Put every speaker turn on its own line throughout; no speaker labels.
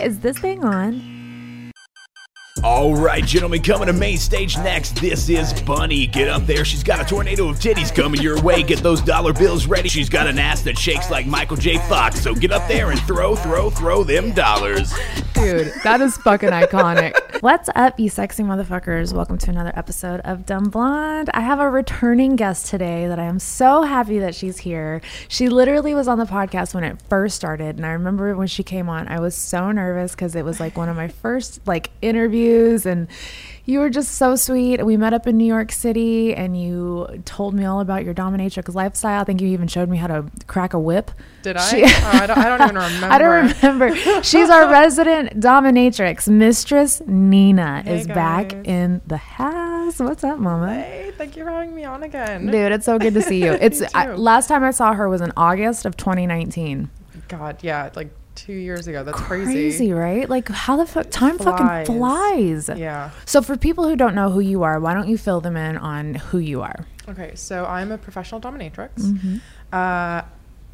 Is this thing on?
All right, gentlemen, coming to main stage next. This is Bunny. Get up there. She's got a tornado of titties coming your way. Get those dollar bills ready. She's got an ass that shakes like Michael J. Fox. So get up there and throw, throw, throw them dollars.
Dude, that is fucking iconic.
What's up, you sexy motherfuckers? Welcome to another episode of Dumb Blonde. I have a returning guest today that I am so happy that she's here. She literally was on the podcast when it first started, and I remember when she came on, I was so nervous because it was like one of my first like interviews and you were just so sweet. We met up in New York City and you told me all about your dominatrix lifestyle. I think you even showed me how to crack a whip.
Did I? oh, I, don't, I don't even remember.
I don't remember. She's our resident dominatrix, Mistress Nina
Hey,
is back
guys.
in the house. What's up, mama?
Hey, thank you for having me on again.
Dude, it's so good to see you. It's I,
too.
last time I saw her was in August of 2019.
God, yeah, like two years ago. That's
Crazy, right? Like how the fuck time
Flies.
fucking flies.
Yeah.
So for people who don't know who you are, why don't you fill them in on who you are?
Okay, so I'm a professional dominatrix,
Mm-hmm.
uh,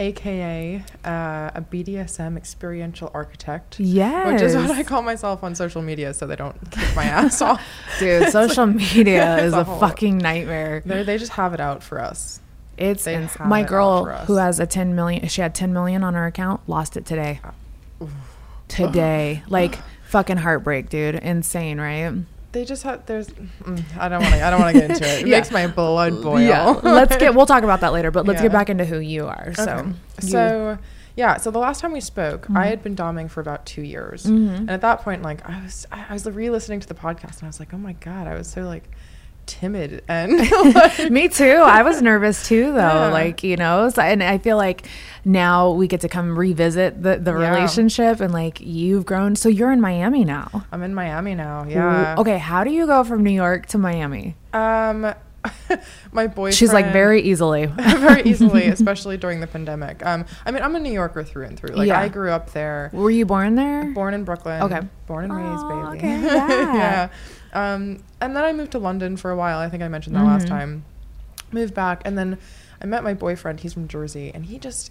aka uh, a BDSM experiential architect. Which is what I
Yes.
call myself on social media so they don't kick my ass off.
Dude,
It's like-
social media
it's
is a
whole-
fucking nightmare.
They're, they just have it out for us.
It's
they
ins-
have
my
it out
girl
for us.
who has a 10 million she had 10 million on her account lost it today. Today. Like fucking heartbreak, dude. Insane, right?
They just have there's. Mm, I don't want to. I don't want to get into it. It
Yeah.
makes my blood boil.
Let's get we'll talk about that later, but let's get
Yeah.
back into who you are. So,
Okay.
you- Mm-hmm.
so yeah so the last time we spoke i had been doming for about two years and at that point like i was i I was re-listening to the podcast and i was like oh my god i was so like timid and like,
me too. I was nervous too, though.
Yeah.
Like you know, so, and I feel like now we get to come revisit the the
Yeah.
relationship, and like you've grown. So you're in Miami now.
i'm in miami now yeah
Okay, how do you go from New York to Miami?
um my boyfriend
She's like very easily.
very easily especially during the pandemic um i mean i'm a new yorker through and through like
Yeah.
i grew up there
Were you born there?
born in Brooklyn.
Okay.
Born and raised,
Aw,
baby.
okay, yeah.
Yeah. Um, and then I moved to London for a while. I think I mentioned that last
Mm-hmm.
time. Moved back, and then I met my boyfriend. He's from Jersey, and he just.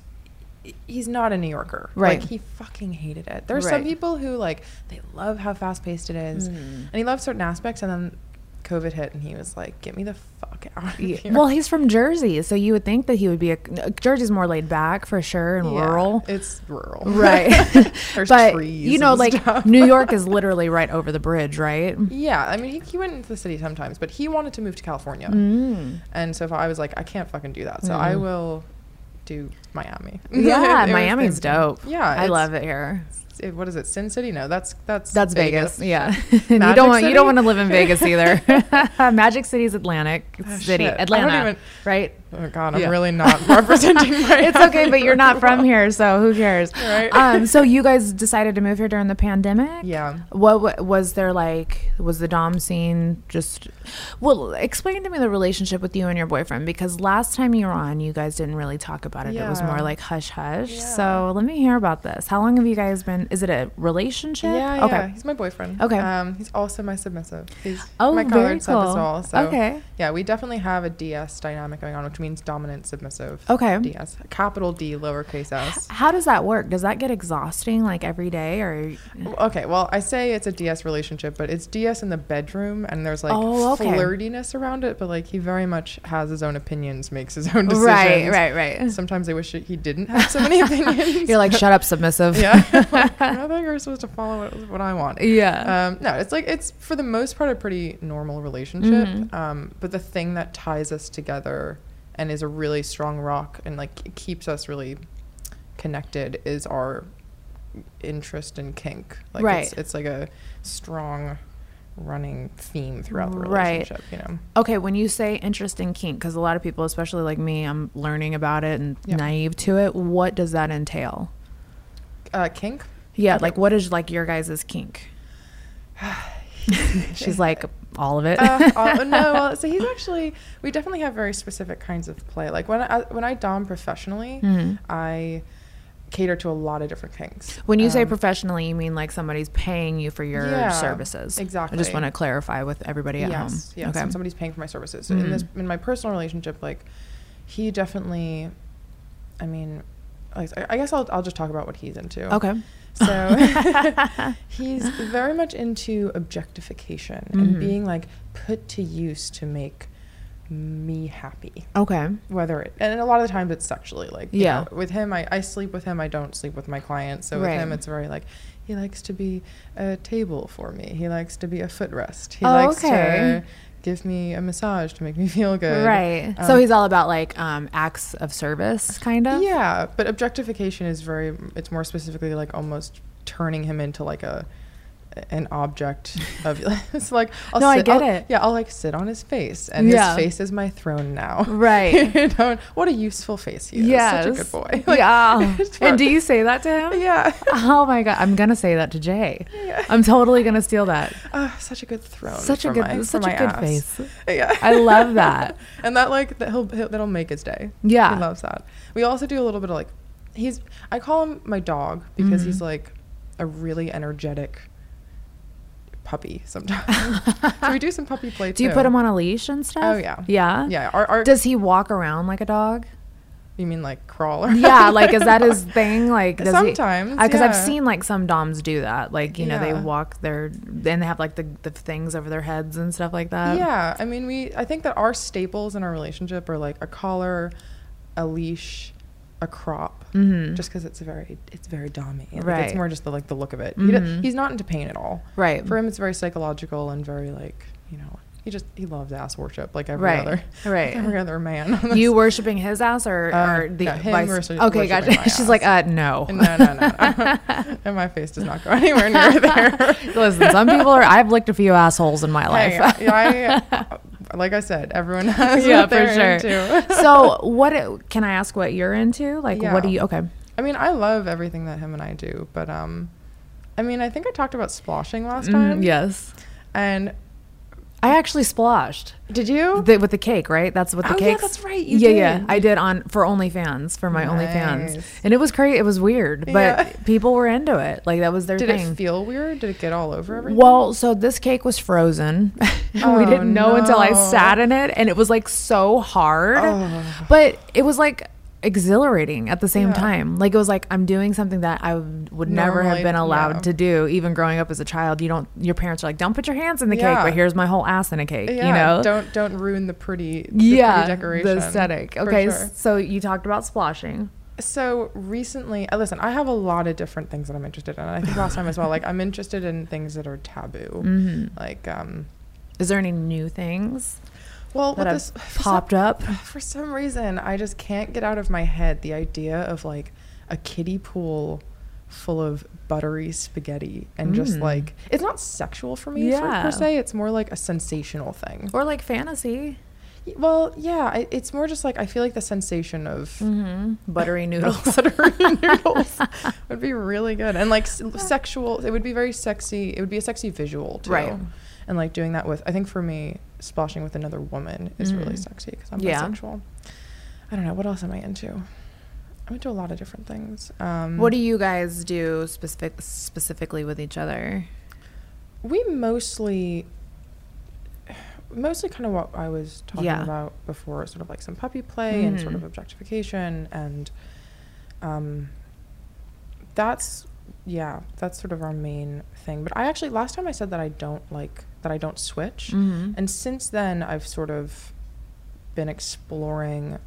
He's not a New Yorker.
Right.
Like he fucking hated it. There's some
Right. Mm.
people who like they love how fast paced it is, and he loves certain aspects. And then COVID hit, and he was like, "Get me the fuck out of
Yeah.
here."
Well, he's from Jersey, so you would think that he would be a Jersey's more laid back for sure and
Yeah,
rural.
It's rural,
Right.
There's
but
trees
you know,
and
like
stuff.
New York is literally right over the bridge, right?
Yeah, I mean, he, he went into the city sometimes, but he wanted to move to California.
Mm.
And so if I was like, I can't fucking do that. So I will do Miami.
Mm-hmm. Yeah,
It was
Miami's
the-
dope.
Yeah,
I
it's-
love it here.
it- what is it? Sin City? No, that's that's
That's Vegas. Yeah, you
Magic
don't want you don't
City?
want to live in Vegas either. Magic City's Atlantic City,
Oh, shit. I don't
Atlanta,
even-
right?
Oh god, I'm
Yeah.
really not representing Miami.
It's okay, but you're not from here, so who cares?
Right.
Um, so you guys decided to move here during the pandemic.
Yeah.
What, wa- was there like? Was the dom scene just? Well, explain to me the relationship with you and your boyfriend because last time you were on, you guys didn't really talk about it. It was
Yeah.
more like hush hush. So let me hear about this. How long have you guys been? Is it a relationship?
Yeah,
Okay.
yeah. He's my boyfriend.
Okay.
Um, he's also my submissive. He's
Oh,
my
very
collared sub as
cool.
well. So
Okay.
Yeah, we definitely have a DS dynamic going on, which means dominant submissive.
Okay.
DS, capital D, lowercase s.
How does that work? Does that get exhausting like every day or
Well, Okay, well, I say it's a DS relationship, but it's DS in the bedroom, and there's like
Oh, okay.
flirtiness around it. But like, he very much has his own opinions, makes his own decisions.
Right, right, right.
Sometimes I wish he didn't have so many opinions.
you're like shut up submissive?
yeah, like, I thought you were supposed to follow what, what I want.
Yeah.
Um, no, it's like it's for the most part a pretty normal relationship.
Mm-hmm.
Um, but the thing that ties us together and is a really strong rock and like keeps us really connected is our interest in kink. Like
Right.
it's, it's like a strong running theme throughout the
Right.
relationship. You know.
Okay, when you say interest in kink, because a lot of people, especially like me, I'm learning about it and
Yeah.
naive to it. What does that entail?
Uh, kink.
Yeah, like what is like your guys' kink? She's like all of it.
uh, uh, no, well, so he's actually. We definitely have very specific kinds of play. Like when I when I dom professionally,
Hmm.
I cater to a lot of different kinks.
when you say professionally, you mean like somebody's paying you for your
Um, Yeah,
services. I
exactly.
just want to clarify with everybody at home.
yes, yes.
okay. Hmm.
And somebody's paying for my services. So in this, in my personal relationship, like he definitely. I mean, like, I I guess I'll I'll just talk about what he's into.
okay.
So he's very much into objectification and
Mm-hmm.
being like put to use to make me happy.
Okay.
whether it and a lot of the times it's sexually like you
Yeah.
know, with him I, I sleep with him i don't sleep with my clients so with
Right.
him it's very like he likes to be a table for me he likes to be a footrest he
Oh,
likes
okay.
to give me a massage to make me feel good Um,
Right. so he's all about like um, acts of service, kind of.
yeah but objectification is very it's more specifically like almost turning him into like a an object of it's like I'll
No, I
sit-
get
I'll-
it.
yeah I'll like sit on his face and
Yeah.
his face is my throne now
Right.
you know, and what a useful face he is such a good boy Like,
yeah.
it's
and
hard.
do you say that to him?
Yeah.
Oh my god, I'm gonna say that to Jay. I'm totally gonna steal that.
Ah, such a good throne.
Such a
for
good-
my- for
such a
my
good
ass.
face.
Yeah.
I love that.
and that like that he'll, he'll that'll make his day.
Yeah.
He loves that. We also do a little bit of like he's I call him my dog because
Mm-hmm.
he's like a really energetic puppy sometimes. so we do some puppy play
Do you
too.
put him on a leash and stuff?
Oh, yeah.
Yeah.
Yeah. Our, our
Does he walk around like a dog?
you mean like crawler?
Yeah, like is that his thing? Like does
Sometimes,
because I've
yeah.
seen like some doms do that. Like you know they
Yeah.
walk their and they have like the, the things over their heads and stuff like that.
yeah. I mean we I think that our staples in our relationship are like a collar, a leash, a crop. Mm-hmm. Just because it's a very it's very dommy. Like,
Right. Mm-hmm.
It's more just the like the look of it. He d- he's not into pain at all.
Right.
For him it's very psychological and very like, you know, he just he loves ass worship like every
Right.
other
Right.
every other man. on
You
this-
worshiping his ass or,
Uh,
or the
yeah, him
vice-
worship-
okay,
worshiping
gotcha.
my
She's
ass.
like, uh, no.
no, no, no. no. and my face does not go anywhere near there.
Listen, some people are. I've licked a few assholes in my life.
Hey, I, I, like I said, everyone has what they're into.
so, what can I ask? What you're into? Like, what do
Yeah.
you? Okay,
I mean, I love everything that him and I do, but um, I mean, I think I talked about splashing last
Mm-hmm,
time.
yes.
And
Um, I actually splashed
did you?
the, with the cake, right? That's with the
Oh, yeah,
cake.
that's right, you
yeah, yeah.
did.
I did on for OnlyFans for my OnlyFans,
Nice.
and it was crazy. It was weird, but
Yeah.
people were into it. Like that was their
did
thing.
it feel weird? Did it get all over everything?
Well, so this cake was frozen. we didn't know until I
Oh, no. Oh.
sat in it, and it was like so hard. But it was like exhilarating at the same
Yeah.
time. Like it was like I'm doing something that I would would never have
Normally,
been allowed
yeah.
to do, even growing up as a child. You don't. Your parents are like, don't put your hands in the cake,
Yeah.
but here's my whole ass in a cake.
yeah,
you know.
don't don't ruin the pretty, the
yeah,
pretty decoration,
the aesthetic.
for
Okay,
sure.
so you talked about splashing.
So recently, uh, listen, I have a lot of different things that I'm interested in. And I think last time as well, like I'm interested in things that are taboo,
Mm-hmm.
like um,
Is there any new things
well,
that
with
have
this
popped up?
for some reason I just can't get out of my head the idea of like a kiddie pool full of buttery spaghetti and just like it's not sexual for me for-
Mm. Yeah.
per se it's more like a sensational thing
Or like fantasy,
Y- well yeah I, it's more just like i feel like the sensation of
Mm-hmm. buttery noodles.
buttery noodles would be really good and like s- sexual it would be very sexy it would be a sexy visual too
Right.
and like doing that with i think for me splashing with another woman is really sexy because i'm
Mm. Yeah.
bisexual i don't know what else am i into i'm into a lot of different things um
What do you guys do specific specifically with each other?
we mostly mostly kind of what i was talking
Yeah. Mm-hmm.
about before sort of like some puppy play and sort of objectification and um that's yeah that's sort of our main thing but i actually last time i said that i don't like that i don't
Mm-hmm.
switch and since then i've sort of been exploring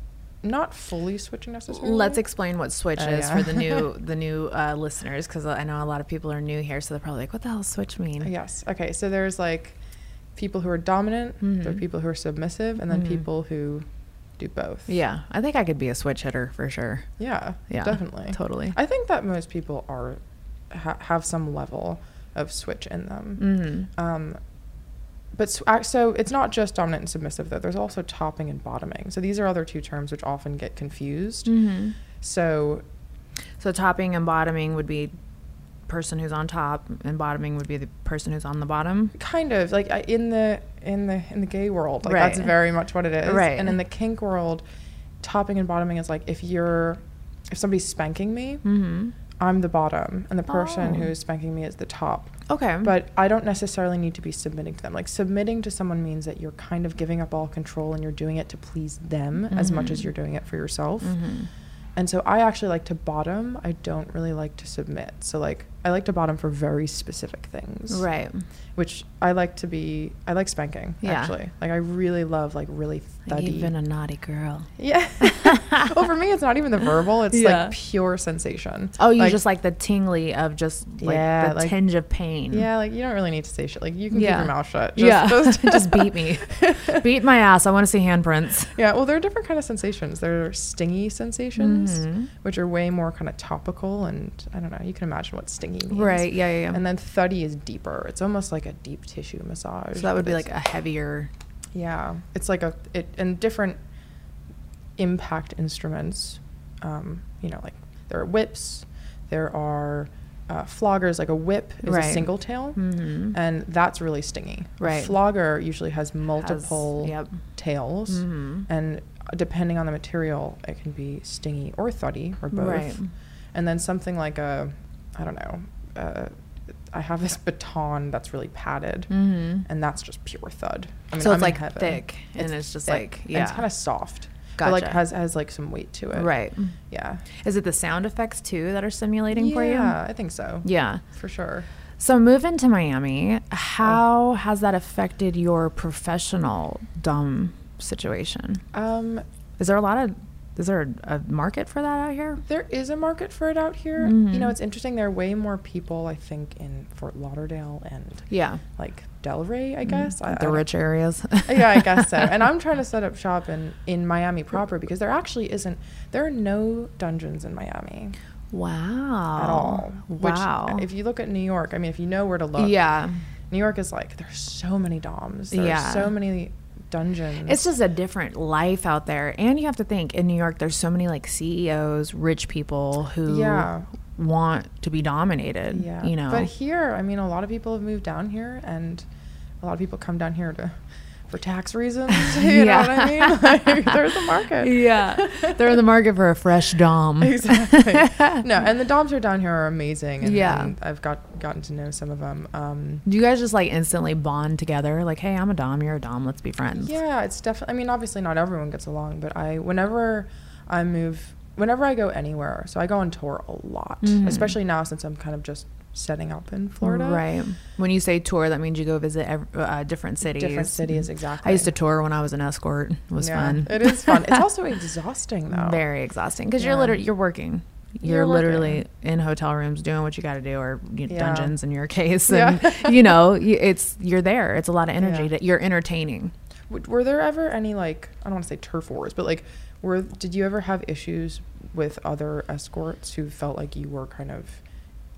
not fully switching necessarily.
Let's explain what Switch
Oh,
is
yeah.
for the new the new uh, listeners because I know a lot of people are new here, so they're probably like, "What the hell does Switch mean?"
Yes. Okay. So there's like people who are dominant, there
Mm-hmm.
are people who are submissive, and then people who do both.
Yeah, I think I could be a Switch hitter for sure.
Yeah.
Yeah,
Definitely.
totally.
I think that most people are ha- have some level of switch in them.
Mm-hmm.
Um, but s- ac- so it's not just dominant and submissive though. There's also topping and bottoming. So these are other two terms which often get confused.
Mm-hmm.
So
So topping and bottoming would be person who's on top, and bottoming would be the person who's on the bottom.
kind of like I- in the in the in the gay world like that's
Right.
very much what it is
Right.
and in the kink world topping and bottoming is like if you're if somebody's spanking me
Mm-hmm.
i'm the bottom and the
Oh.
person who is spanking me is the top
Okay,
but i don't necessarily need to be submitting to them like submitting to someone means that you're kind of giving up all control and you're doing it to please them as much
Mm-hmm.
as you're doing it for yourself and so i actually like to bottom i don't really like to submit so like i like to bottom for very specific things
right.
which I like to be. I like spanking
Yeah.
actually. Like I really love like really thuddy.
You've been a naughty girl.
yeah. well, for me, it's not even the verbal. It's
Yeah.
like pure sensation.
Oh, you just like the tingly of just like
Yeah,
the
like-
tinge of pain.
yeah. Like you don't really need to say shit. Like you can
Yeah.
keep your mouth shut. Just,
Yeah.
Just,
just beat me. beat my ass. I want to see handprints.
yeah. Well, there are different kind of sensations. There are stingy sensations,
Mm-hmm.
which are way more kind of topical, and I don't know. You can imagine what stingy means.
Right, yeah, yeah, yeah.
And then thuddy is deeper. It's almost like a deep tissue massage.
So that would
but
be
it's-
like a heavier.
Yeah, it's like a it and different impact instruments. Um, you know, like there are whips, there are uh, floggers. Like a whip is
Right. Mm-hmm.
a single tail, and that's really stingy. A
Right.
flogger usually has multiple
yep. Mm-hmm.
tails, and depending on the material, it can be stingy or thuddy or both.
Right.
And then something like a, I don't know. Uh, I have this baton that's really padded,
Mm-hmm.
and that's just pure thud. I mean,
So it's
in
like
heaven.
thick, and it's just like-
and it's
yeah.
kind of soft. But like
Gotcha.
has has like some weight to it.
Right.
Yeah.
Is it the sound effects too that are stimulating for you?
Yeah, I think so.
Yeah.
For sure.
So moving to Miami, how
Oh.
has that affected your professional dumb situation?
Um,
Is there a lot of is there a, a market for that out here?
there is a market for it out here. You
Mm-hmm.
know, it's interesting. There are way more people, I think, in Fort Lauderdale and
Yeah. Mm-hmm.
like Delray, I guess. I- I
The
don't-
rich areas.
Uh, yeah, I guess so. And I'm trying to set up shop in, in Miami proper because there actually isn't, there are no dungeons in Miami.
wow.
at all.
Oh, Wow.
Which, if you look at New York, I mean, if you know where to look,
yeah.
New York is like there's so many DOMs, there's
Yeah.
so many dungeons.
It's just a different life out there. And you have to think in New York, there's so many like CEOs, rich people who
Yeah.
want to be dominated.
yeah,
You know,
But here, I mean, a lot of people have moved down here, and a lot of people come down here to for tax reasons. You know what I mean? Like, there's a market.
yeah, they're in the market for a fresh dom.
Exactly. no, and the DOMs are down here are amazing. And,
Yeah.
and I've got gotten to know some of them. Um,
Do you guys just like instantly bond together? Like, hey, I'm a dom, you're a dom, let's be friends.
Yeah, it's definitely. I mean, obviously, not everyone gets along, but I, whenever I move, whenever I go anywhere, so I go on tour a lot,
Mm-hmm.
especially now since I'm kind of just setting up in Florida.
Right. When you say tour, that means you go visit ev- uh, different cities.
Different cities, exactly.
I used to tour when I was an escort. It was
Yeah,
fun.
It is fun. It's also exhausting, though.
very exhausting because you're literally you're working you're,
You're
literally in hotel rooms doing what you got to do or you know,
Yeah.
dungeons in your case and you know you, it's you're there it's a lot of energy
Yeah.
that you're entertaining
W- Were there ever any like I don't want to say turf wars, but like, were did you ever have issues with other escorts who felt like you were kind of eh,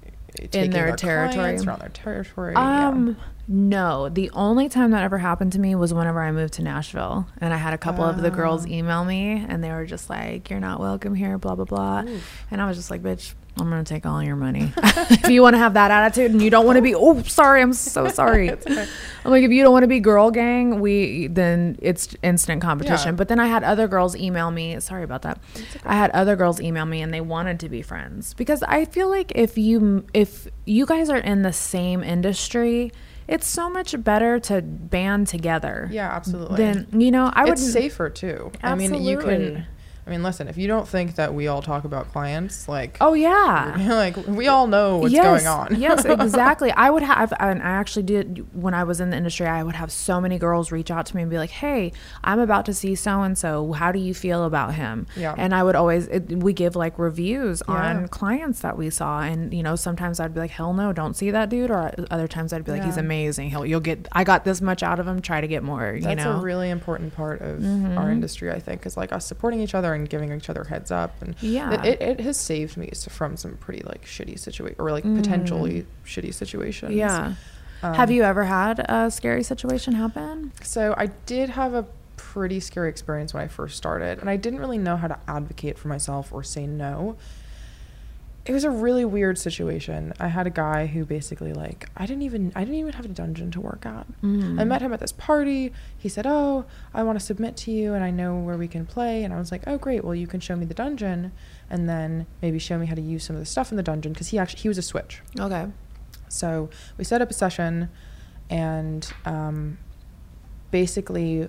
taking
their
clients
territory.
around their territory? yeah.
um no the only time that ever happened to me was whenever i moved to nashville and i had a couple of the
Oh.
girls email me and they were just like you're not welcome here blah blah blah and i was just like bitch i'm gonna take all your money if you want to have that attitude and you don't want to be oh sorry i'm so sorry i'm like if you don't want to be girl gang we then it's instant competition
Yeah.
but then i had other girls email me sorry about that i had other girls email me and they wanted to be friends because i feel like if you if you guys are in the same industry it's so much better to band together
Yeah, absolutely.
then you know i would
it's safer too. I mean, you
Absolutely.
can. I mean, listen, if you don't think that we all talk about clients, like,
Oh yeah.
like we all know what's
yes,
going on.
yes, exactly. I would have, and I actually did when I was in the industry. I would have so many girls reach out to me and be like, "Hey, I'm about to see so and so. How do you feel about him?"
Yeah.
And I would always it, we give like reviews
Yeah.
on clients that we saw, and you know sometimes I'd be like, "Hell no, don't see that dude," or other times I'd be like, "He's
Yeah.
amazing. He'll you'll get. I got this much out of him. Try to get more." you
That's
know.
a really important part of
Mm-hmm.
our industry, I think, is like us supporting each other and giving each other heads up. And
Yeah.
it, it, it has saved me s- from some pretty like shitty situation or like potentially shitty situations.
Mm. yeah. have
um,
you ever had a scary situation happen?
So I did have a pretty scary experience when I first started, and I didn't really know how to advocate for myself or say no. It was a really weird situation. I had a guy who basically like I didn't even I didn't even have a dungeon to work at. I met him at this party. He said, "Oh, I want to submit to you and I know where we can play." And I was like, "Oh, great. Well, you can show me the dungeon and then maybe show me how to use some of the stuff in the dungeon because he actually he was a switch.
Okay.
So we set up a session, and um, basically,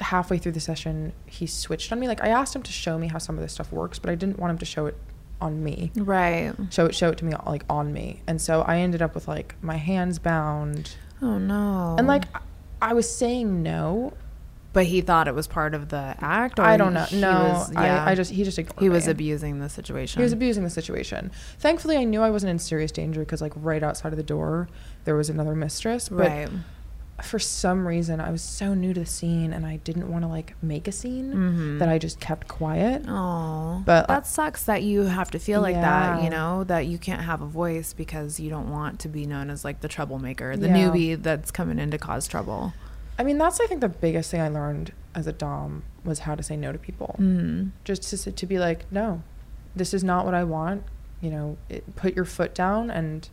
halfway through the session, he switched on me. Like I asked him to show me how some of this stuff works, but I didn't want him to show it on me.
Mm-hmm. Right.
Show it, show it to me like on me. And so I ended up with like my hands bound,
Oh no.
and like I- I was saying no.
But he thought it was part of the act. Or
I don't know.
he
No,
was-
I, I just he just ignored
he was
me.
abusing the situation.
He was abusing the situation. Thankfully, I knew I wasn't in serious danger because, like, right outside of the door, there was another mistress. But
right.
for some reason I was so new to the scene and I didn't want to like make a scene
Mm-hmm.
that I just kept quiet.
Oh,
but- uh,
that sucks that you have to feel like that.
Yeah.
You know that you can't have a voice because you don't want to be known as like the troublemaker, the
Yeah.
newbie that's coming in to cause trouble.
I mean, that's I think the biggest thing I learned as a dom was how to say no to people. Mm. Just to s- to be like, no, this is not what I want. You know, it, put your foot down and.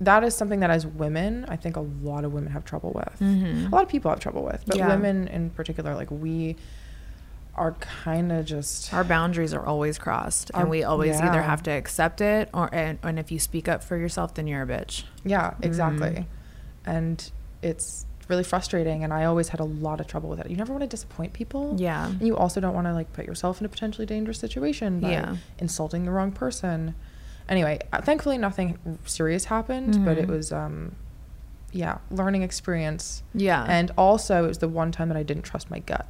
That is something that, as women, I think a lot of women have trouble with. A lot of people have trouble with, but
Yeah.
women in particular, like we are kind of just
Our boundaries are always crossed,
Our-
and we always either
yeah.
have to accept it or and, and if you speak up for yourself, then you're a bitch.
Yeah, exactly. And it's really frustrating. And I always had a lot of trouble with it. You never want to disappoint people.
Yeah.
And you also don't want to like put yourself in a potentially dangerous situation by
Yeah.
insulting the wrong person. Anyway, uh, thankfully nothing serious happened, but
Mm-hmm.
it was, um, yeah, learning experience.
Yeah.
And also, it was the one time that I didn't trust my gut.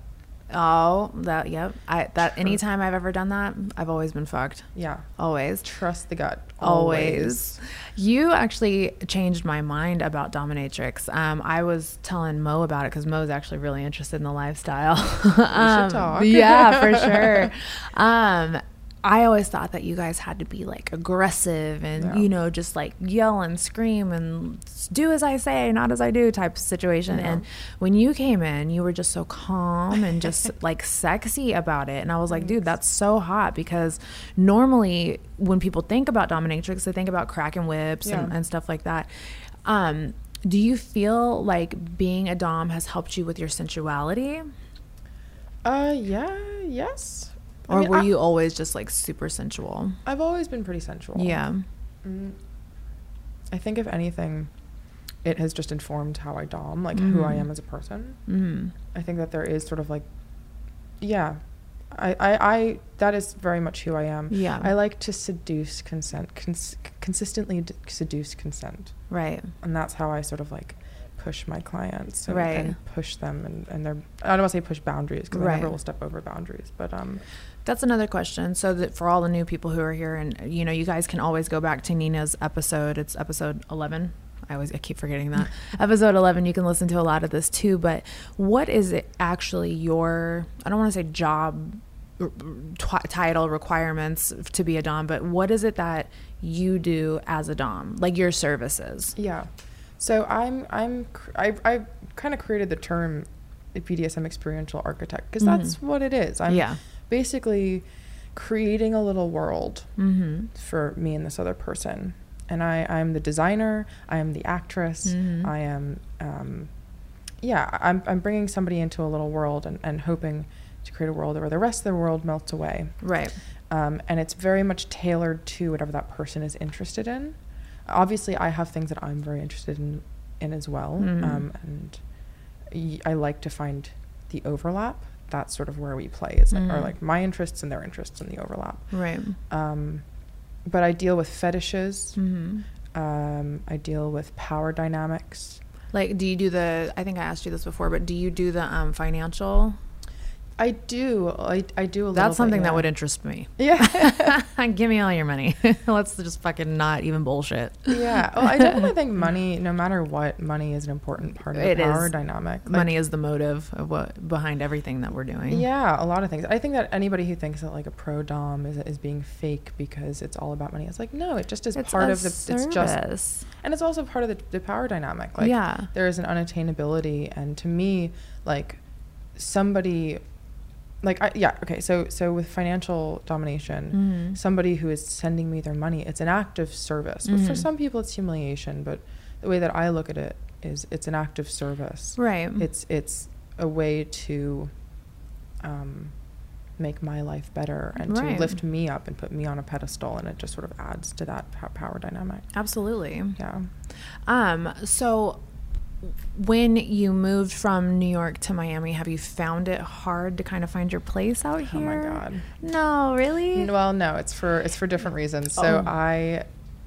Oh, that yep. I that anytime I've ever done that, I've always been fucked.
Yeah.
Always.
Trust the gut.
always. You actually changed my mind about dominatrix. Um, I was telling Mo about it because Mo's actually really interested in the lifestyle. Um,
talk.
yeah, for sure. Um, I always thought that you guys had to be like aggressive and you know just like yell and scream and s- do as I say, not as I do type of situation. And when you came in, you were just so calm and just like sexy about it. And I was like, dude, that's so hot because normally when people think about dominatrix, they think about crack and whips and,
Yeah.
and stuff like that. Um, do you feel like being a dom has helped you with your sensuality?
Uh, yeah, yes. I
Or
mean,
were
I-
you always just like super sensual?
I've always been pretty sensual.
Yeah.
I think if anything, it has just informed how I dom, like who
Mm-hmm.
I am as a person.
Mm.
I think that there is sort of like, yeah, I, I, I that is very much who I am.
Yeah.
I like to seduce consent, cons- consistently d- seduce consent,
Right.
and that's how I sort of like push my clients and,
Right.
and push them and, and their I don't want to say push boundaries because I never
Right.
will step over boundaries, but um,
That's another question. So that for all the new people who are here, and you know, you guys can always go back to Nina's episode. It's episode eleven. I always I keep forgetting that episode eleven. You can listen to a lot of this too. But what is it actually your? I don't want to say job r- r- tw- title requirements to be a dom, but what is it that you do as a dom? Like your services?
Yeah. So I'm I'm cr- I I kind of created the term BDSM experiential architect because that's what it is. I'm
Yeah.
basically creating a little world for me and this other person. And I I'm the designer. I am the actress. I am um, yeah. I- I'm I'm bringing somebody into a little world and, and hoping to create a world where the rest of the world melts away
Right.
um, and it's very much tailored to whatever that person is interested in. Obviously, I have things that I'm very interested in,
Mm-hmm.
in as well, um, and y- I like to find the overlap that's sort of where we play is like,
Mm.
are like my interests and their interests and the overlap.
Right.
Um, but I deal with fetishes.
Mm-hmm.
Um, I deal with power dynamics.
Like, do you do the? I think I asked you this before, but do you do the um, financial?
I do. I, I do a little.
That's something that would
would.
interest me.
Yeah.
Give me all your money. Let's just fucking not even bullshit.
yeah. Well, I definitely think money, no matter what, money is an important part of
It
the power
is.
dynamic. Like,
Money is the motive of what behind everything that we're doing.
Yeah, a lot of things. I think that anybody who thinks that like a pro dom is, is being fake because it's all about money, it's like no, it just is
It's
part
a
of the. It's just,
service.
and it's also part of the, the power dynamic. Like,
Yeah.
there is an unattainability, and to me, like somebody, like I, yeah, okay, so so with financial domination,
Mm-hmm.
somebody who is sending me their money, it's an act of service. But for
Mm-hmm.
some people, it's humiliation. But the way that I look at it is, it's an act of service
right.
it's it's a way to um, make my life better and
Right.
to lift me up and put me on a pedestal and it just sort of adds to that pow- power dynamic
Absolutely.
yeah
Um, so when you moved from New York to Miami, have you found it hard to kind of find your place out
oh my
here?
god
No, really?
N- well no it's for it's for different reasons so
Oh.
i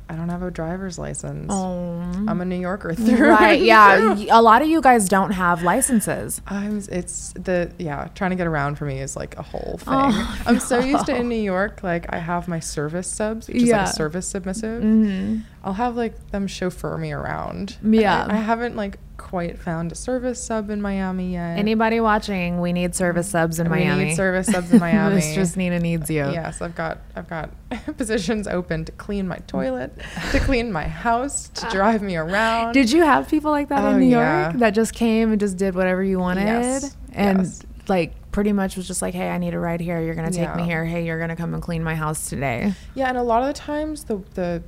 i don't have a driver's license i'm a new yorker through
Right,
and
yeah.
through.
Y- A lot of you guys don't have licenses.
I'm it's the yeah trying to get around for me is like a whole thing.
Oh,
I'm so used to in New York like I have my service subs, which is
Yeah. Mm-hmm.
like a service submissive. I'll have like them chauffeur me around.
Yeah.
I, I haven't like quite found a service sub in Miami yet.
Anybody watching, we need service subs in
We need
Miami.
service subs in Miami.
Mistress Nina needs you.
Yes, I've got I've got positions open to clean my toilet, to clean my house, to drive me around.
Ah. Did you have people like that
Oh,
in New
yeah.
York that just came and just did whatever you wanted?
Yes,
And
yes.
like pretty much was just like, hey, I need a ride here. You're going to take me
Yeah.
here. Hey, you're going to come and clean my house today.
Yeah, and a lot of the times the the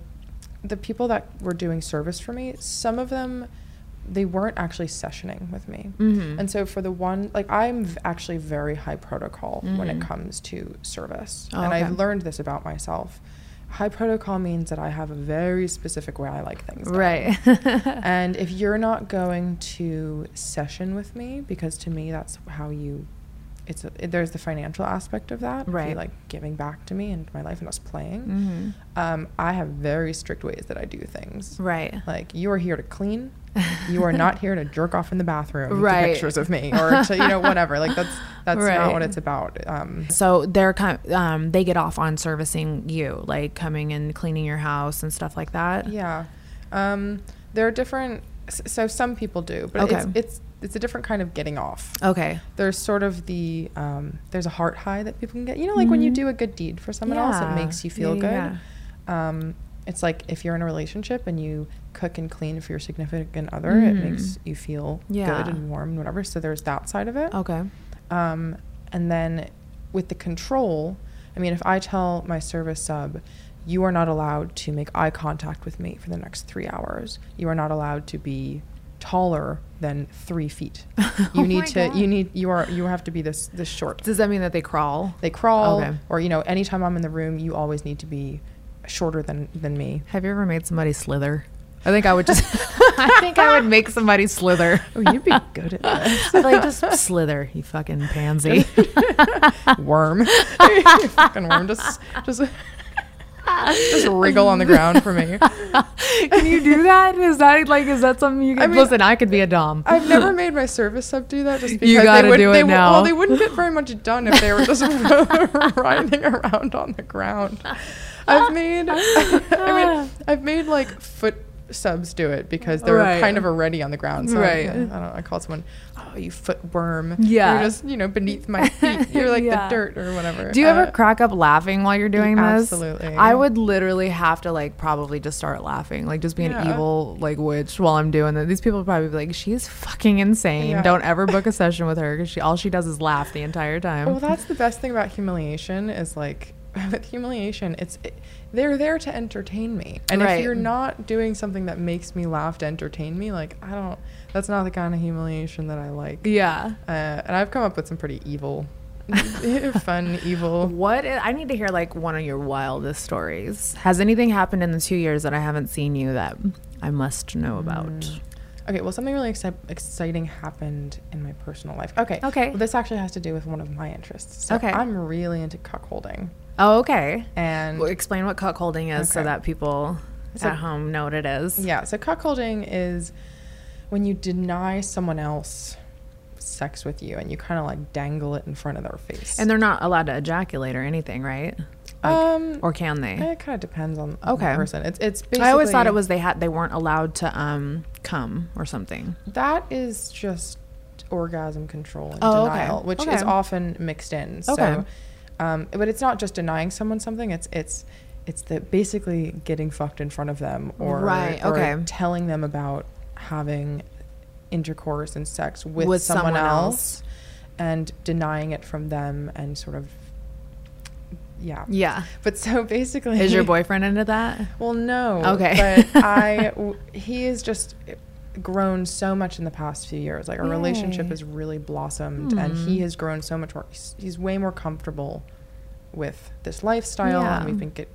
the people that were doing service for me, some of them they weren't actually sessioning with me.
Mm-hmm.
And so for the one like I'm v- actually very high protocol when it comes to service. and
Mm-hmm. Oh, okay.
I've learned this about myself. High protocol means that I have a very specific way I like things. done.
Right.
And if you're not going to session with me, because to me that's how you, it's a, there's the financial aspect of that, of you,
Right. Mm-hmm.
like giving back to me and my life and us playing. Um, I have very strict ways that I do things.
right.
Like you are here to clean. You are not here to jerk off in the bathroom
Right.
to pictures of me or to you know whatever. Like that's that's
Right.
not what it's about. Um,
So they're kind um, they get off on servicing you, like coming and cleaning your house and stuff like that.
Yeah, um, there are different. s- So some people do, but it's
Okay.
it's it's a different kind of getting off.
Okay.
there's sort of the um, there's a heart high that people can get. You know, like when you do a good deed for someone else,
Mm-hmm. Yeah.
it makes you feel
Yeah,
good.
yeah,
Um, it's like if you're in a relationship and you cook and clean for your significant other, it makes you feel
Mm-hmm. Yeah.
good and warm and whatever. So there's that side of it.
Okay.
Um, and then with the control, I mean, if I tell my service sub, you are not allowed to make eye contact with me for the next three hours. You are not allowed to be taller than three feet. You need to. You need. You are. You have to be this Oh this short.
Does that mean that they crawl?
They crawl,
Okay.
or you know, anytime I'm in the room, you always need to be shorter than than me.
Have you ever made somebody slither? I think I would just. I think I would make somebody slither.
Oh, you'd be good at this.
I'd be like just slither, you fucking pansy.
worm. You fucking worm. Just just just wriggle on the ground for me.
Can you do that? Is that like is that something you can?
mean-
listen, I could be a dom.
I've never made my service sub do that just because
gotta
they would,
do it
they, w-
now.
Well, they wouldn't get very much done if they were just riding around on the ground. I've made, I mean, I've made like foot subs do it because they're
Right.
kind of already on the ground. So
Right.
I, I don't know. I called someone, oh, you foot worm.
Yeah.
You're just, you know, beneath my feet. You're like
Yeah.
the dirt or whatever.
do you ever
Uh,
crack up laughing while you're doing this?
absolutely.
I would literally have to like probably just start laughing, like just be an
Yeah.
evil like witch while I'm doing that. These people would probably be like, "She's fucking insane.
Yeah.
Don't ever book a session with her because she all she does is laugh the entire time."
Well, that's the best thing about humiliation is like with humiliation, it's it, they're there to entertain me, and
Right.
if you're not doing something that makes me laugh to entertain me, like I don't, that's not the kind of humiliation that I like.
yeah.
Uh, and I've come up with some pretty evil, fun evil.
What i- I need to hear like one of your wildest
Mm.
stories. Has anything happened in the two years that I haven't seen you that I must know about?
Okay, well, something really exci- exciting happened in my personal life. Okay.
Okay.
Well, this actually has to do with one of my interests. So
Okay.
I'm really into cuckolding.
Oh, okay.
And
Well, explain what cuckolding is so
Okay.
that people at home know what it is.
yeah, so cuckolding is when you deny someone else sex with you and you kind of like dangle it in front of their face.
And they're not allowed to ejaculate or anything, right?
um,
Or can they?
it kind of depends on, on
Okay.
the person. It's it's basically
I always thought it was they had they weren't allowed to um come or something.
That is just orgasm control and
Oh, okay.
denial, which is
Okay.
often mixed in.
Okay.
So, um, but it's not just denying someone something. It's it's it's the basically getting fucked in front of them or,
Right,
or
okay.
telling them about having intercourse and sex with,
With
someone,
someone
else, and denying it from them and sort of yeah.
Yeah.
But so basically
Is your boyfriend into that?
well, no.
Okay.
But I, w- he has just grown so much in the past few years. Like our relationship has really blossomed, and he
Hmm.
has grown so much more. He's, he's way more comfortable with this lifestyle,
Yeah.
and we've been get,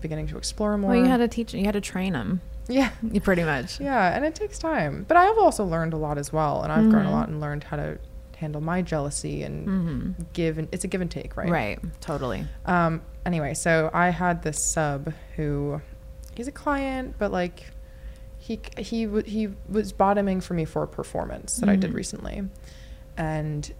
beginning to explore more.
Well, you had to teach, you had to train him,
yeah.
you pretty much.
Yeah, and it takes time. But I've also learned a lot as well, and I've grown
Hmm.
a lot and learned how to handle my jealousy and give. And it's a give and take, right?
Mm-hmm. Right. Totally.
Um, anyway, so I had this sub who he's a client, but like he he w- he was bottoming for me for a performance that I did
Mm-hmm.
recently, and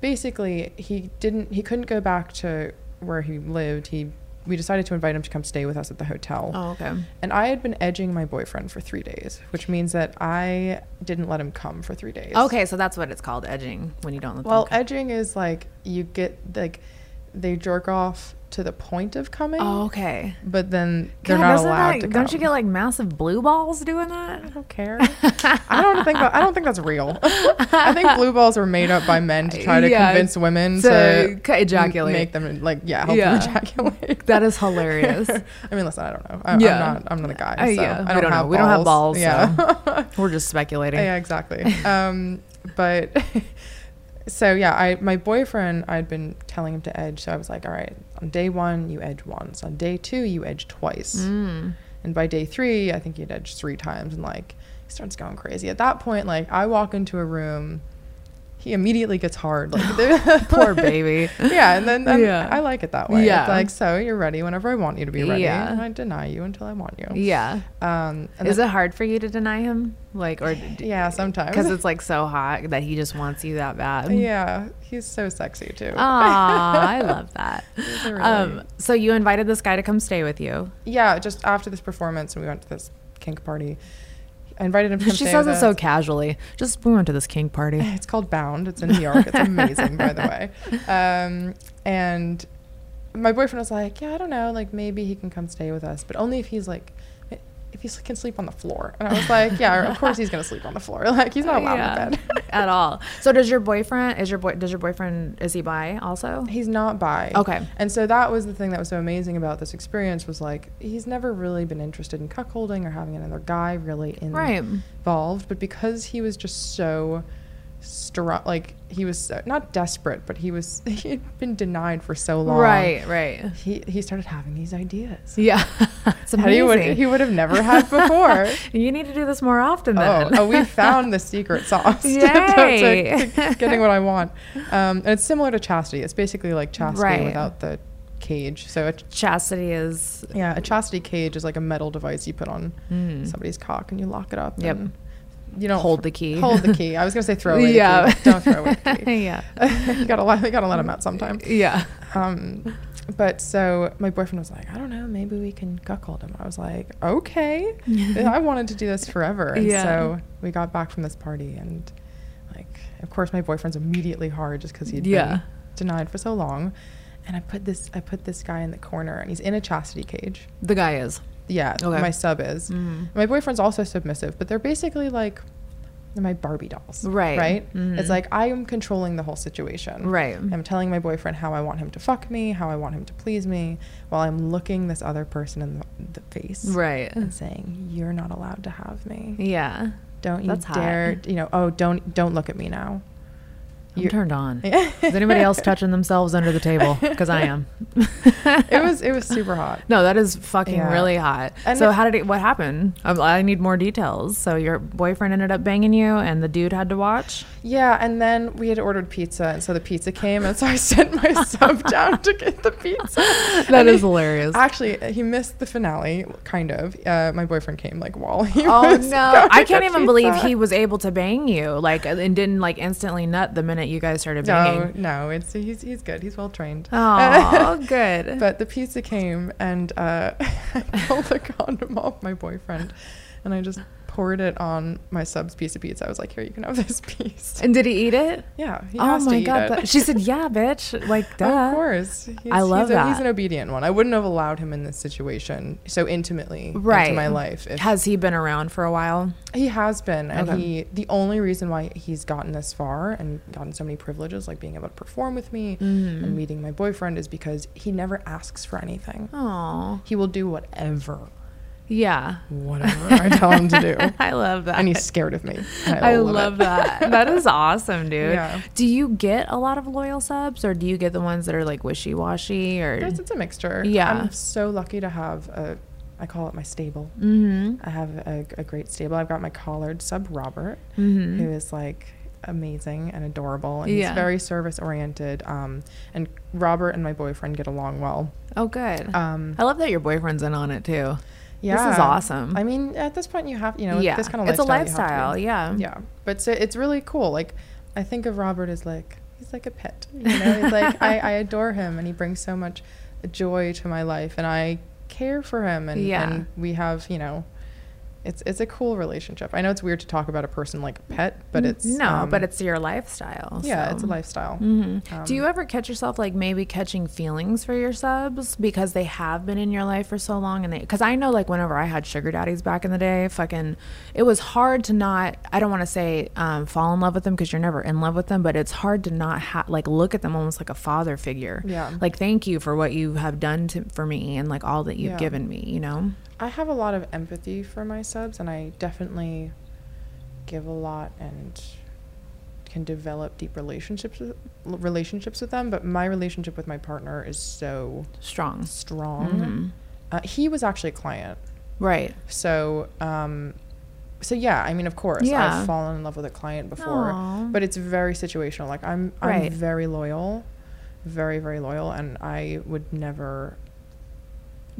basically he didn't he couldn't go back to where he lived. He we decided to invite him to come stay with us at the hotel.
Oh, okay.
And I had been edging my boyfriend for three days, which means that I didn't let him come for three days.
Okay, so that's what it's called, edging, when you don't let
Well,
them.
edging is like you get like they jerk off to the point of coming,
Oh, okay.
but then they're
God,
not
doesn't
allowed
that-
to come.
Don't you get like massive blue balls doing that?
I don't care. I don't think that, I don't think that's real. I think blue balls are made up by men to try to
Yeah,
convince women
to
to,
ca- ejaculate.
make them like yeah, help
Yeah.
them ejaculate.
That is hilarious.
I mean, listen, I don't know. I,
Yeah.
I'm not. I'm not a guy.
Uh,
so
yeah, we
I don't
don't know.
have.
We don't have balls,
Yeah.
We're just speculating.
Yeah, exactly. Um, but so yeah, I my boyfriend I'd been telling him to edge, so I was like, all right, on day one you edge once, on day two you edge twice,
Mm.
and by day three I think he'd edge three times, and like he starts going crazy. At that point, like I walk into a room, he immediately gets hard. Like the-
Poor baby.
yeah, and then and
Yeah.
I like it that way.
Yeah.
It's like so you're ready whenever I want you to be ready,
Yeah.
and I deny you until I want you.
Yeah.
Um, and
Is
then-
it hard for you to deny him? Like, or because
yeah, sometimes
it's like so hot that he just wants you that bad?
Yeah, he's so sexy too.
Aw, I love that.
are really-
Um, so you invited this guy to come stay with you.
yeah, just after this performance, and we went to this kink party. I invited him to come
She
stay
says
with
it so
us.
casually. Just we went to this king party.
It's called Bound. It's in New York. It's amazing, by the way. Um, and my boyfriend was like, "Yeah, I don't know. Like maybe he can come stay with us, but only if he's like." If he can sleep on the floor, and I was like, "Yeah, of course he's gonna sleep on the floor. Like he's not allowed in bed.
at all. So does your boyfriend? Is your boy? Does your boyfriend? Is he bi also?
he's not bi.
Okay.
And so that was the thing that was so amazing about this experience was like he's never really been interested in cuckolding or having another guy really in-
Right.
involved, but because he was just so strong, like he was so, not desperate, but he was he had been denied for so long.
Right. Right.
He he started having these ideas.
Yeah. it's
that He would,
amazing.
he would have never had before.
you need to do this more often. Then.
Oh, oh, we found the secret sauce to, to-
Yay.
to getting what I want. Um, and it's similar to chastity. It's basically like chastity
Right.
without the cage. So a, ch-
Chastity is
yeah, a chastity cage is like a metal device you put on somebody's cock and you lock it up.
Hmm. Yep.
And you don't
Hold the key.
Hold the key. I was gonna say throw away.
Yeah.
The key. Don't throw away. The key.
yeah.
you gotta let you gotta let him out sometime.
Yeah.
Um, but so my boyfriend was like, I don't know, maybe we can cuckold him. I was like, okay. And I wanted to do this forever. And
Yeah.
so we got back from this party and like, of course my boyfriend's immediately hard just because he'd
Yeah.
been denied for so long. And I put this, I put this guy in the corner and he's in a chastity cage.
The guy is.
Yeah,
Okay. Mm-hmm.
my sub is. My boyfriend's also submissive, but they're basically like my Barbie dolls.
Right. Mm-hmm.
Right? It's like I am controlling the whole situation.
Right.
I'm telling my boyfriend how I want him to fuck me, how I want him to please me, while I'm looking this other person in the, the face.
Right.
And saying, You're not allowed to have me.
Yeah.
Don't you
That's hot.
dare you know, oh don't don't look at me now.
I'm
You're-
turned on. Is anybody else touching themselves under the table? Because I am.
It was it was super hot.
No, that is fucking
Yeah.
really hot.
And
so
it-
how did it? What happened? I'm- I need more details. So your boyfriend ended up banging you, and the dude had to watch.
Yeah, and then we had ordered pizza, and so the pizza came, and so I sent my sub down to get the pizza.
That
That
is
is
hilarious.
Actually, uh, he missed the finale, kind of. Uh, my boyfriend came like while he
Oh
was.
no!
going
I
to
can't
get
even believe
pizza.
he was able to bang you, like, and didn't like instantly nut the minute you guys started
No,
banging.
no, it's he's he's good. He's well trained.
Oh, good.
But the pizza came, and uh, I pulled the condom off my boyfriend, and I just poured it on my sub's piece of pizza. I was like, "Here, you can have this piece."
and did he eat it?
Yeah, he
oh
has to
my
eat
god!
it.
that- she said, "Yeah, bitch." Like, duh.
Of course. He's,
Uh-huh. love
he's a- he's
that.
an obedient one. I wouldn't have allowed him in this situation so intimately
Right.
into my life. If
Has he been around for a while?
he has been, and
Okay.
he the only reason why he's gotten this far and gotten so many privileges, like being able to perform with me
Mm-hmm.
and meeting my boyfriend, is because he never asks for anything.
Oh,
He will do whatever,
yeah.
whatever I tell him to do,
I love that.
and he's scared of me. and
I
it.
love that. That is awesome, dude.
Yeah.
Do you get a lot of loyal subs or do you get the ones that are like wishy washy or
It's, it's a mixture.
Yeah.
I'm so lucky to have a, I call it my stable.
Mm-hmm.
I have a, a great stable. I've got my collared sub, Robert, who is like amazing and adorable. And
Mm-hmm. Yeah.
he's very service oriented. Um, and Robert and my boyfriend get along well.
Oh good.
Um,
I love that your boyfriend's in on it too.
yeah.
This is awesome.
I mean, at this point, you have, you know,
yeah.
this kind of
it's a
lifestyle. you
lifestyle,
have to be-
yeah.
Yeah. But so it's really cool. Like, I think of Robert as like, he's like a pet. You know, he's like, I, I adore him and he brings so much joy to my life and I care for him. And,
Yeah.
and we have, you know, it's, it's a cool relationship. I know it's weird to talk about a person like a pet, but it's.
No, Mm-hmm.
um,
but it's your lifestyle.
Yeah,
so.
it's a lifestyle.
Do
Um,
you ever catch yourself like maybe catching feelings for your subs because they have been in your life for so long? And they, because I know like whenever I had sugar daddies back in the day, fucking, it was hard to not, I don't want to say um, fall in love with them because you're never in love with them, but it's hard to not ha- like look at them almost like a father figure.
Yeah.
Like, thank you for what you have done to, for me and like all that you've
Yeah.
given me, you know?
I have a lot of empathy for my subs, and I definitely give a lot and can develop deep relationships with, relationships with them. But my relationship with my partner is so
Strong.
strong.
Mm-hmm.
Uh, he was actually a client,
Right.
so um, so yeah. I mean, of course,
Yeah.
I've fallen in love with a client before,
Aw.
but it's very situational. Like I'm, I'm
Right.
very loyal, very very loyal, and I would never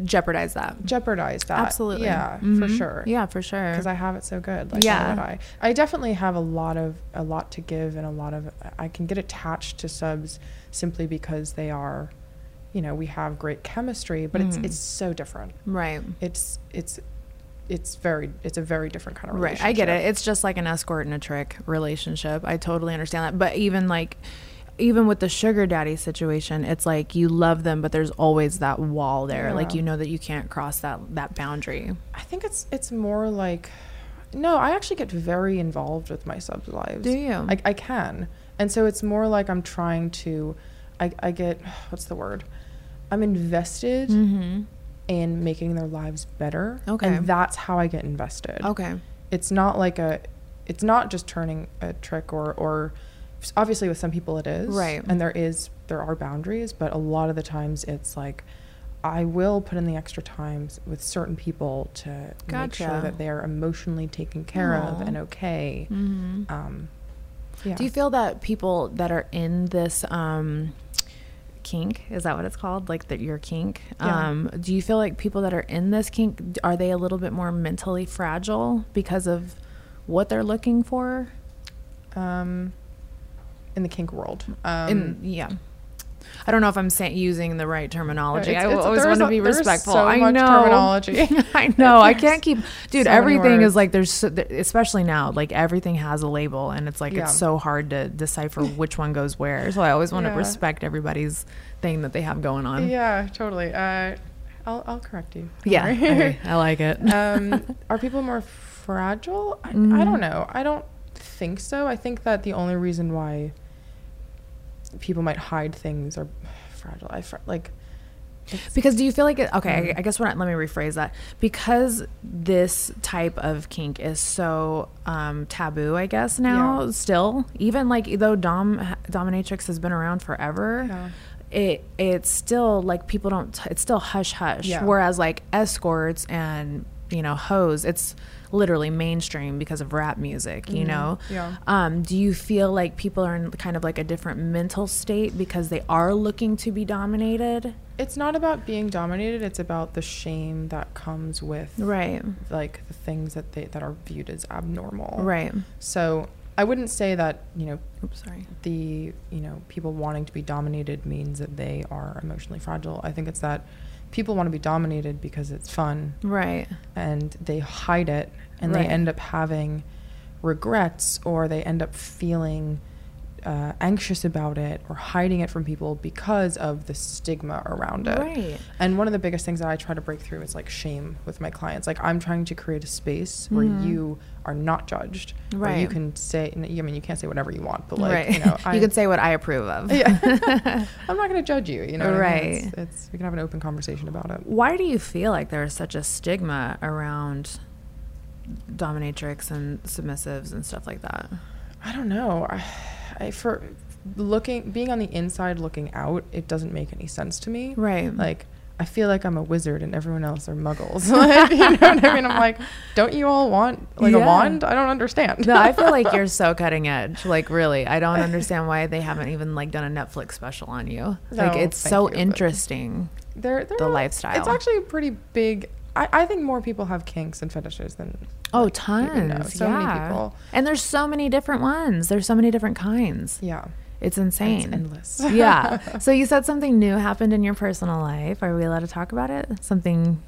Jeopardize that.
jeopardize that.
Absolutely.
yeah, for
Mhm.
sure
Yeah, for sure.
because I have it so good. Like,
Yeah.
yeah, I? I definitely have a lot of a lot to give and a lot of I can get attached to subs simply because they are, you know, we have great chemistry, but
Mm-hmm.
it's it's so different.
right.
It's it's it's very it's a very different kind of
Right.
relationship.
I get it. It's just like an escort and a trick relationship. I totally understand that. But even like even with the sugar daddy situation, it's like you love them, but there's always that wall there. Like you know that you can't cross that that boundary.
I think it's it's more like no, I actually get very involved with my subs lives.
Do you?
I, I can, and so it's more like I'm trying to, I, I get what's the word? I'm invested in making their lives better.
Mm-hmm. Okay.
and that's how I get invested.
Okay.
it's not like a, it's not just turning a trick or or, obviously with some people it is
Right.
and there is there are boundaries, but a lot of the times it's like. I will put in the extra times with certain people to make
Gotcha.
sure that they are emotionally taken care of and okay.
Mm.
Um, yeah.
Do you feel that people that are in this um kink is that what it's called like that your kink
Yeah.
um do you feel like people that are in this kink are they a little bit more mentally fragile because of what they're looking for
um, in the kink world. Um,
in yeah I don't know if I'm saying, using the right terminology.
It's-
I
it's-
always
there's
want to
a-
be
there's
respectful.
so
I
much
know
terminology.
I know. I
There's
can't keep, dude.
so many
everything is
words.
like there's, so, th- especially now, like everything has a label, and it's like
Yeah.
it's so hard to decipher which one goes where. So I always want to
Yeah.
respect everybody's thing that they have going on. Yeah,
yeah, totally. Uh, I'll, I'll correct you.
okay, I like it.
um, are people more fragile? I, I don't know. I don't think so. I think that the only reason why people might hide things or fragile, I fr- like
Because do you feel like it?
Mm-hmm.
Okay, I I guess we're not. Let me rephrase that. Because this type of kink is so um, taboo, I guess now
Yeah.
still, even like though dom dominatrix has been around forever.
Yeah.
It, it's still like people don't it's still hush hush
Yeah.
whereas like escorts and you know hoes it's literally mainstream because of rap music you know
Mm-hmm. Yeah.
um, do you feel like people are in kind of like a different mental state because they are looking to be dominated
It's not about being dominated. It's about the shame that comes with
right
like the things that they that are viewed as abnormal.
right
So I wouldn't say that you know
oops sorry
the you know people wanting to be dominated means that they are emotionally fragile. I think it's that people want to be dominated because it's fun
right
and they hide it and
Right.
they end up having regrets or they end up feeling uh, anxious about it or hiding it from people because of the stigma around it.
Right.
And one of the biggest things that I try to break through is like shame with my clients. Like I'm trying to create a space where you are not judged. Where
Mm-hmm.
you
Right.
can say, I mean, you can't say whatever you want, but like,
right
you know, I,
you could say what i approve of
I'm not going to judge you, you know? what I mean?
Right.
It's, it's, we can have an open conversation about it.
why do you feel like there is such a stigma around dominatrix and submissives and stuff like that
I don't know. I, I for looking being on the inside looking out, it doesn't make any sense to me.
Right.
Like I feel like I'm a wizard and everyone else are muggles. like, you know what I mean? I'm like, don't you all want like
Yeah.
a wand? I don't understand.
No, I feel like you're so cutting edge. Like, really, I don't understand why they haven't even like done a Netflix special on you. like,
No,
it's
thank
so
you, but-
interesting.
They're- they're
The
not-
lifestyle.
It's actually a pretty big. I, I think more people have kinks and fetishes than
Oh,
even know.
tons.
So
yeah.
many people.
And there's so many different ones. There's so many different kinds.
yeah.
It's insane.
endless.
yeah. So you said something new happened in your personal life. Are we allowed to talk about it? Something.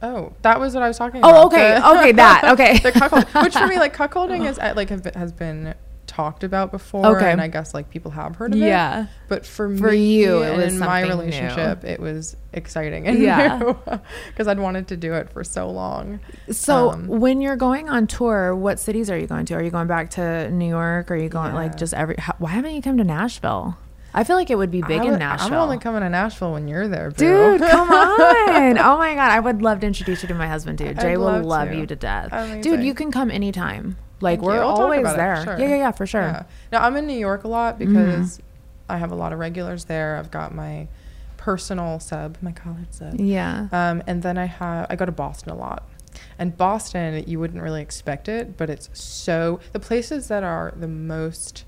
Oh, that was what I was talking about.
Oh, okay.
The-
Okay, that. Okay.
the cuckold, which for me, like cuckolding is uh, like have been, has been talked about before,
Okay.
and I guess like people have heard of it.
Yeah.
But for
For
me,
you, it
and
was
in my
something new.
relationship, it was exciting and
Yeah.
because I'd wanted to do it for so long.
So
Um,
when you're going on tour, what cities are you going to? Are you going back to New York? Are you going like just every? How, why haven't you come to Nashville? I feel like it would be big
I
in
would-
Nashville.
I'm only coming to Nashville when you're there, boo.
Dude, come on. Oh my God. I would love to introduce you to my husband, dude. Jay will
love
love
to.
you to death. Dude,
Amazing.
you can come anytime. Like,
Thank
we're
you. We'll talk
always
about it,
there.
sure.
Yeah, yeah, yeah, for sure. Mm-hmm.
Yeah. Now I'm in New York a lot because I have a lot of regulars there. I've got my personal sub, my college sub.
Yeah.
Um, and then I have I go to Boston a lot. And Boston, you wouldn't really expect it, but it's so the places that are the most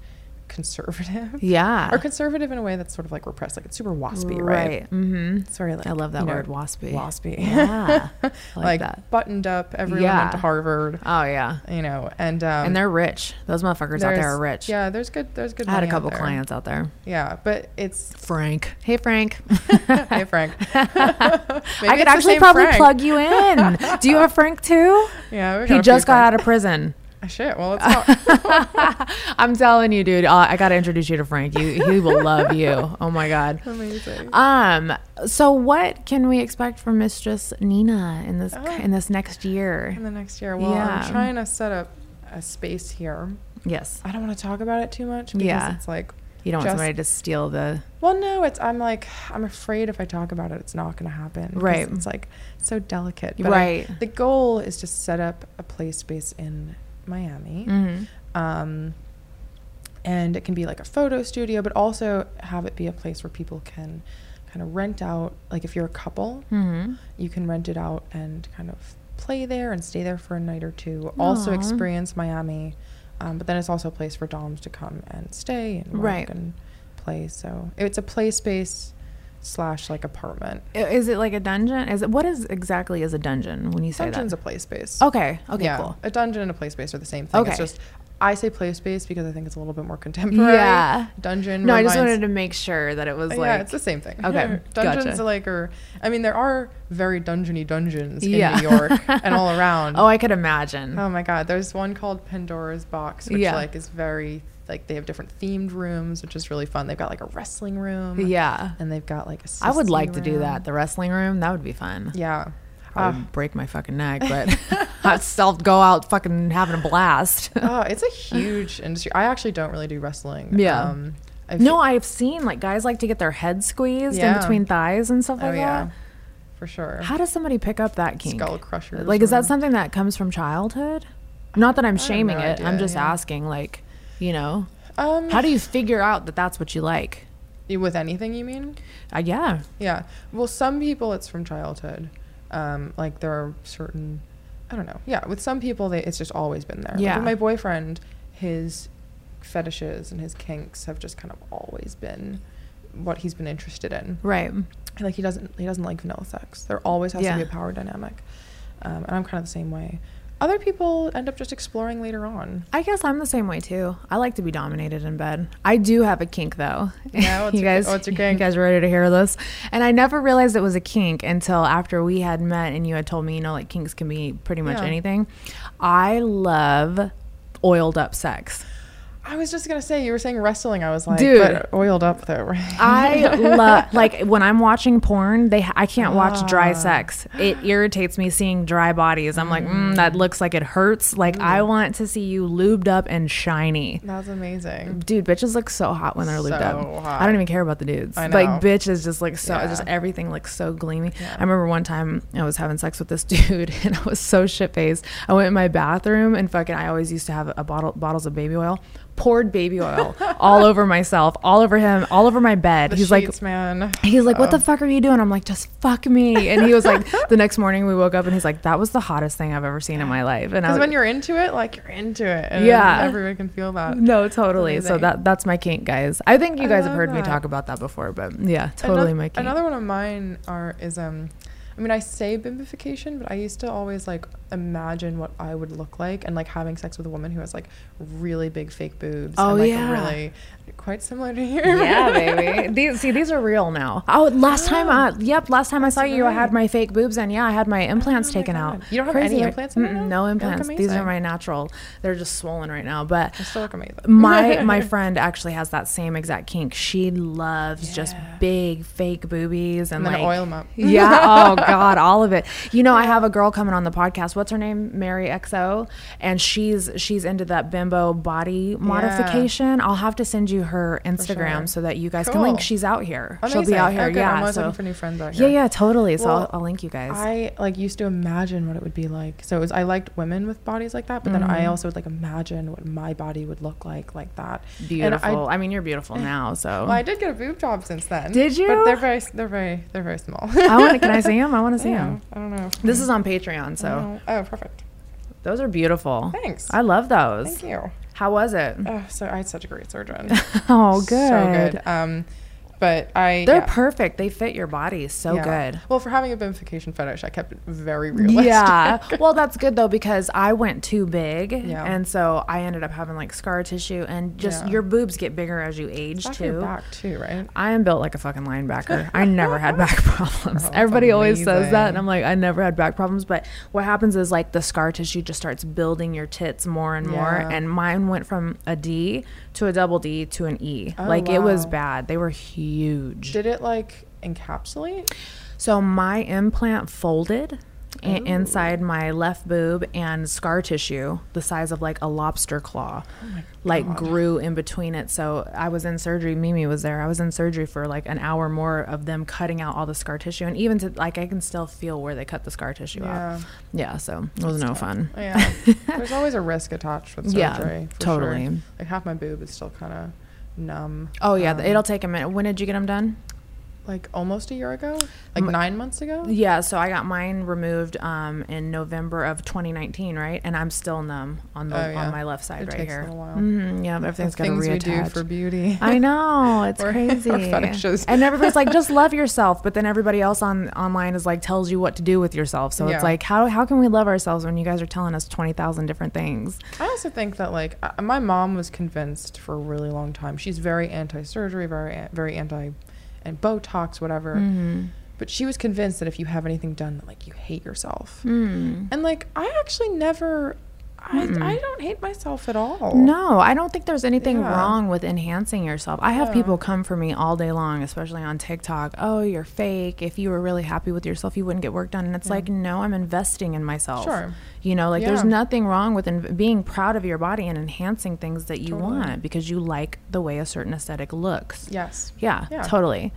conservative.
Yeah.
Are conservative in a way that's sort of like repressed, like it's super waspy, right?
Mm-hmm.
It's very like
I love that
you know,
word, waspy.
Waspy.
Yeah. I like,
like
that.
buttoned up, everyone
Yeah.
went to Harvard.
Oh, yeah.
You know, and um
And they're rich. Those motherfuckers out there
there's-
are rich.
Yeah, there's good. There's good.
I had a
money out
couple
there.
clients out there.
Yeah, but it's
Frank. Hey, Frank.
hey Frank.
I could actually probably plug you in. Do you have Frank too?
Yeah, we got
He
a
just
few
got
Frank.
out of prison.
Ah, Shit. Well, it's not.
I'm telling you, dude. Uh, I gotta introduce you to Frank. You, he will love you. Oh my god.
Amazing.
Um. So, what can we expect from Mistress Nina in this in this next year?
in the next year. Well,
Yeah.
I'm trying to set up a space here.
Yes.
I don't want to talk about it too much because
Yeah.
it's like
You don't want
Just-
somebody to steal the.
Well, no, it's I'm like I'm afraid if I talk about it, it's not going to happen. 'cause
Right.
It's like so delicate. I-
Right.
the goal is to set up a play space in Miami,
Mm-hmm.
um, and it can be like a photo studio, but also have it be a place where people can kind of rent out. Like if you're a couple,
Mm-hmm.
you can rent it out and kind of play there and stay there for a night or two. Also experience Miami. Um, but then it's also a place for doms to come and stay and work
Right.
and play. So it's a play space slash like apartment.
I- Is it like a dungeon? Is it what is exactly is a dungeon when you say
Dungeon's
that?
a play space.
okay. Okay. Cool.
A dungeon and a play space are the same thing.
Okay.
It's just I say play space because I think it's a little bit more contemporary.
Yeah.
Dungeon.
No, I just
reminds-
wanted to make sure that it was like.
yeah, it's the same thing.
Okay,
dungeons
gotcha.
are like are. I mean, there are very dungeony dungeons
Yeah.
in New York and all around.
oh, I could imagine.
Oh my God! There's one called Pandora's Box, which
Yeah.
like is very like they have different themed rooms, which is really fun. They've got like a wrestling room.
Yeah.
And they've got like a.
I would
sissy
like to do
room.
that. The wrestling room. That would be fun.
Yeah. Uh,
I would break my fucking neck, but I'd still go out fucking having a blast.
uh, oh, it's a huge industry. I actually don't really do wrestling.
Yeah.
Um, I
No,
fe-
I've seen like guys like to get their head squeezed in
Yeah.
between thighs and stuff
oh
like
yeah,
that.
for sure.
How does somebody pick up that kink?
Skull crushers.
Like, is
or-
that something that comes from childhood? Not that I'm shaming
no
it. I'm
idea,
just
yeah.
asking, like, you know,
Um,
how do you figure out that that's what you like?
you- with anything you mean?
Uh, yeah.
Yeah. Well, some people it's from childhood. Um, like there are certain, I don't know. Yeah, with some people they it's just always been there. Like,
Yeah.
with my boyfriend, his fetishes and his kinks have just kind of always been what he's been interested in.
Right.
Like he doesn't he doesn't like vanilla sex. There always has
Yeah.
to be a power dynamic, um, and I'm kind of the same way. Other people end up just exploring later on.
I guess I'm the same way too. I like to be dominated in bed. I do have a kink though.
Yeah, what's
you
your-
guys,
what's your
You
kink?
guys ready to hear this? And I never realized it was a kink until after we had met and you had told me, you know, like kinks can be pretty much
Yeah.
anything. I love oiled up sex.
I was just gonna say you were saying wrestling. I was like,
Dude.
but oiled up though, right?
I love like when I'm watching porn, they I can't watch
Ah.
dry sex. It irritates me seeing dry bodies. I'm like, mm, that looks like it hurts. Like
Mm.
I want to see you lubed up and shiny.
That's amazing.
Dude, bitches look so hot when they're lubed
So
up. I
hot.
don't even care about the dudes.
I
Like
know.
bitches just like so
Yeah.
just everything looks so gleamy. I remember one time I was having sex with this dude and I was so shit faced. I went in my bathroom and fucking I always used to have a bottle bottles of baby oil. Poured baby oil all over myself, all over him, all over my bed.
The
He's like
sheets, Oh. man.
He's like, "What the fuck are you doing?" I'm like, "Just fuck me." And he was like, the next morning we woke up and he's like, "That was the hottest thing I've ever seen in my life." And I
Because
was,
when you're into it, like you're into it. And
Oh. Yeah.
Everyone can feel that.
no, totally. So
amazing.
that that's my kink, guys. I think you guys have
love
heard me
that.
talk about that before, but yeah, totally
another,
my kink.
Another one of mine are is um, I mean I say bimbification, but I used to always like imagine what I would look like and like having sex with a woman who has like really big fake boobs.
Oh,
and, like,
yeah.
Really, quite similar to you.
yeah, baby. These see these are real now. Oh, last time I yep, last time I saw you, I had my fake boobs and yeah, I had my implants
Oh my
taken
God.
out.
You don't have any
right?
implants in there
Mm-mm, No
now? They look
implants. These are
amazing.
my natural. They're just swollen right now, but
I still look amazing.
my my friend actually has that same exact kink. She loves just big fake boobies and,
And then
like
oil 'em up.
Yeah. Oh God, all of it. You know, I have a girl coming on the podcast. What's her name? Mary XO, and she's she's into that bimbo body modification. I'll have to send you her Instagram so that you guys can link.
Cool.
She's out here. She'll
Amazing.
be out here.
Oh, good.
yeah.
I'm always
so-
looking for new friends out
Yeah,
here.
yeah, totally. So I'll,
Well,
I'll link you guys.
I like used to imagine what it would be like. So it was I liked women with bodies like that, but then
Mm.
I also would like imagine what my body would look like like that. And I- Eh.
beautiful. I, mean, you're beautiful now. So
Well, I did get a boob job since then.
Did you?
But they're very, they're very, they're very small.
I want. Can I see him? I want to see him.
I don't know.
This is on Patreon. So
Oh, oh, perfect.
those are beautiful.
Thanks.
I love those.
Thank you.
How was it?
Oh, so I had such a great surgeon.
Oh, good.
So good. Um, but I.
They're
yeah,
perfect. They fit your body so
yeah.
good.
Well, for having a bimfication fetish, I kept it very realistic.
Yeah. well, that's good though because I went too big,
Yeah.
and so I ended up having like scar tissue, and just
Yeah.
your boobs get bigger as you age
Back to
too.
your back too, right?
I am built like a fucking linebacker. I never had back
Oh,
problems. Everybody always says that, and I'm like, I never had back problems. But what happens is like the scar tissue just starts building your tits more and more.
Yeah.
And mine went from a D to a double D to an E.
Oh,
like it was bad. They were huge.
Did it like encapsulate?
So my implant folded i- inside my left boob and scar tissue, the size of like a lobster claw,
Oh
like grew in between it. So I was in surgery. Mimi was there. I was in surgery for like an hour more of them cutting out all the scar tissue, and even to like I can still feel where they cut the scar tissue out. Yeah. So it was no fun.
Oh, Yeah. There's always a risk attached with surgery.
Yeah,
for
totally.
Sure. Like half my boob is still kind of numb.
Oh yeah, it'll take a minute. When did you get them done?
Like almost a year ago, like nine months ago.
Mm. Yeah, so I got mine removed um, in November of 2019, right? And I'm still numb on the
Oh, yeah.
on my left side
It
right
takes a
here.
little while.
Mhm, yeah, everything's got to
Things we do
reattach.
for beauty.
I know it's
Or- or
crazy.
fetishes.
and everybody's like, just love yourself, but then everybody else on online is like tells you what to do with yourself. So
Yeah.
it's like, how how can we love ourselves when you guys are telling us 20,000 different things?
I also think that like I, my mom was convinced for a really long time. She's very anti-surgery, very an- very anti and Botox, whatever. But she was convinced that if you have anything done, that like you hate yourself. And like I actually never. I, I don't hate myself at all.
No, I don't think there's anything
Yeah.
wrong with enhancing yourself. I have people come for me all day long, especially on TikTok. Oh, you're fake. If you were really happy with yourself, you wouldn't get work done. And it's like, no, I'm investing in myself.
Sure.
You know, like there's
Yeah.
nothing wrong with in- being proud of your body and enhancing things that you want because you like the way a certain aesthetic looks.
Yes.
Yeah,
Yeah.
totally.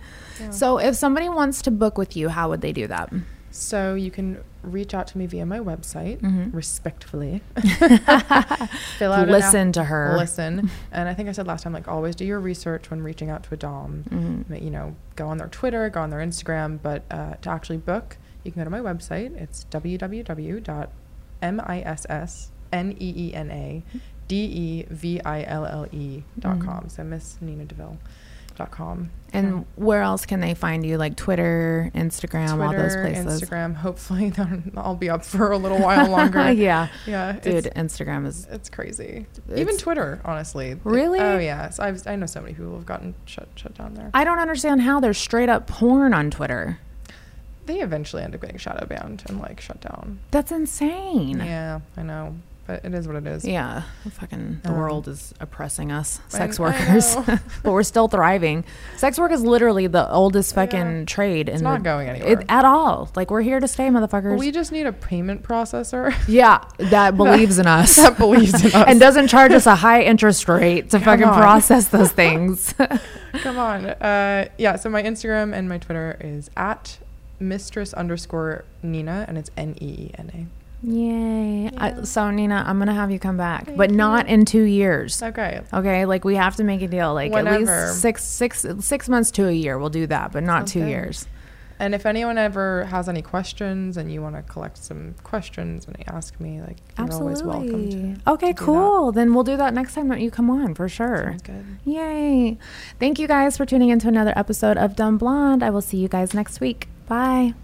So if somebody wants to book with you, how would they do that?
So you can reach out to me via my website,
Mm-hmm.
respectfully. Fill out an app-
Listen to her.
Listen, and I think I said last time, like always, do your research when reaching out to a dom.
Mm-hmm.
Ma- You know, go on their Twitter, go on their Instagram, but uh, to actually book, you can go to my website. It's
Mm-hmm.
www.missneenadeville.com. So missninadeville.com.
And where else can they find you? Like Twitter, Instagram, all those
Twitter,
places.
Instagram. Hopefully, that'll- I'll be up for a little while longer.
yeah.
yeah, it's-
Dude, Instagram is
It's crazy. Even
It's-
Twitter, honestly. It-
Really?
Oh yeah. So I've, I know so many people have gotten shut shut down there.
I don't understand how there's straight up porn on Twitter.
they eventually end up getting shadow banned and like shut down.
That's insane.
Yeah, I know, but it is what it is.
Yeah, fucking the world is oppressing us, sex
I
workers,
know.
but we're still thriving. Sex work is literally the oldest fucking trade. It's
not going anywhere.
at all. Like we're here to stay, motherfuckers.
We just need a payment processor.
yeah, that believes in us
that believes in us.
and doesn't charge us a high interest rate to fucking
on.
process those things.
Come on. Uh, yeah. So my Instagram and my Twitter is at mistress underscore Nina, and it's N E E N
Yay! I, so Nina, I'm gonna have you come back, but not in two years.
A. Okay.
Okay, like we have to make a deal. Like at
Whenever.
least six, six, six months to a year, we'll do that, but not two
good.
years.
And if anyone ever has any questions and you want to collect some questions and ask me, like you're always welcome. To,
Okay,
do that.
cool. Then we'll do that next time that you come on for sure. Yay! Thank you guys for tuning in to another episode of Dumb Blonde. I will see you guys next week. Bye.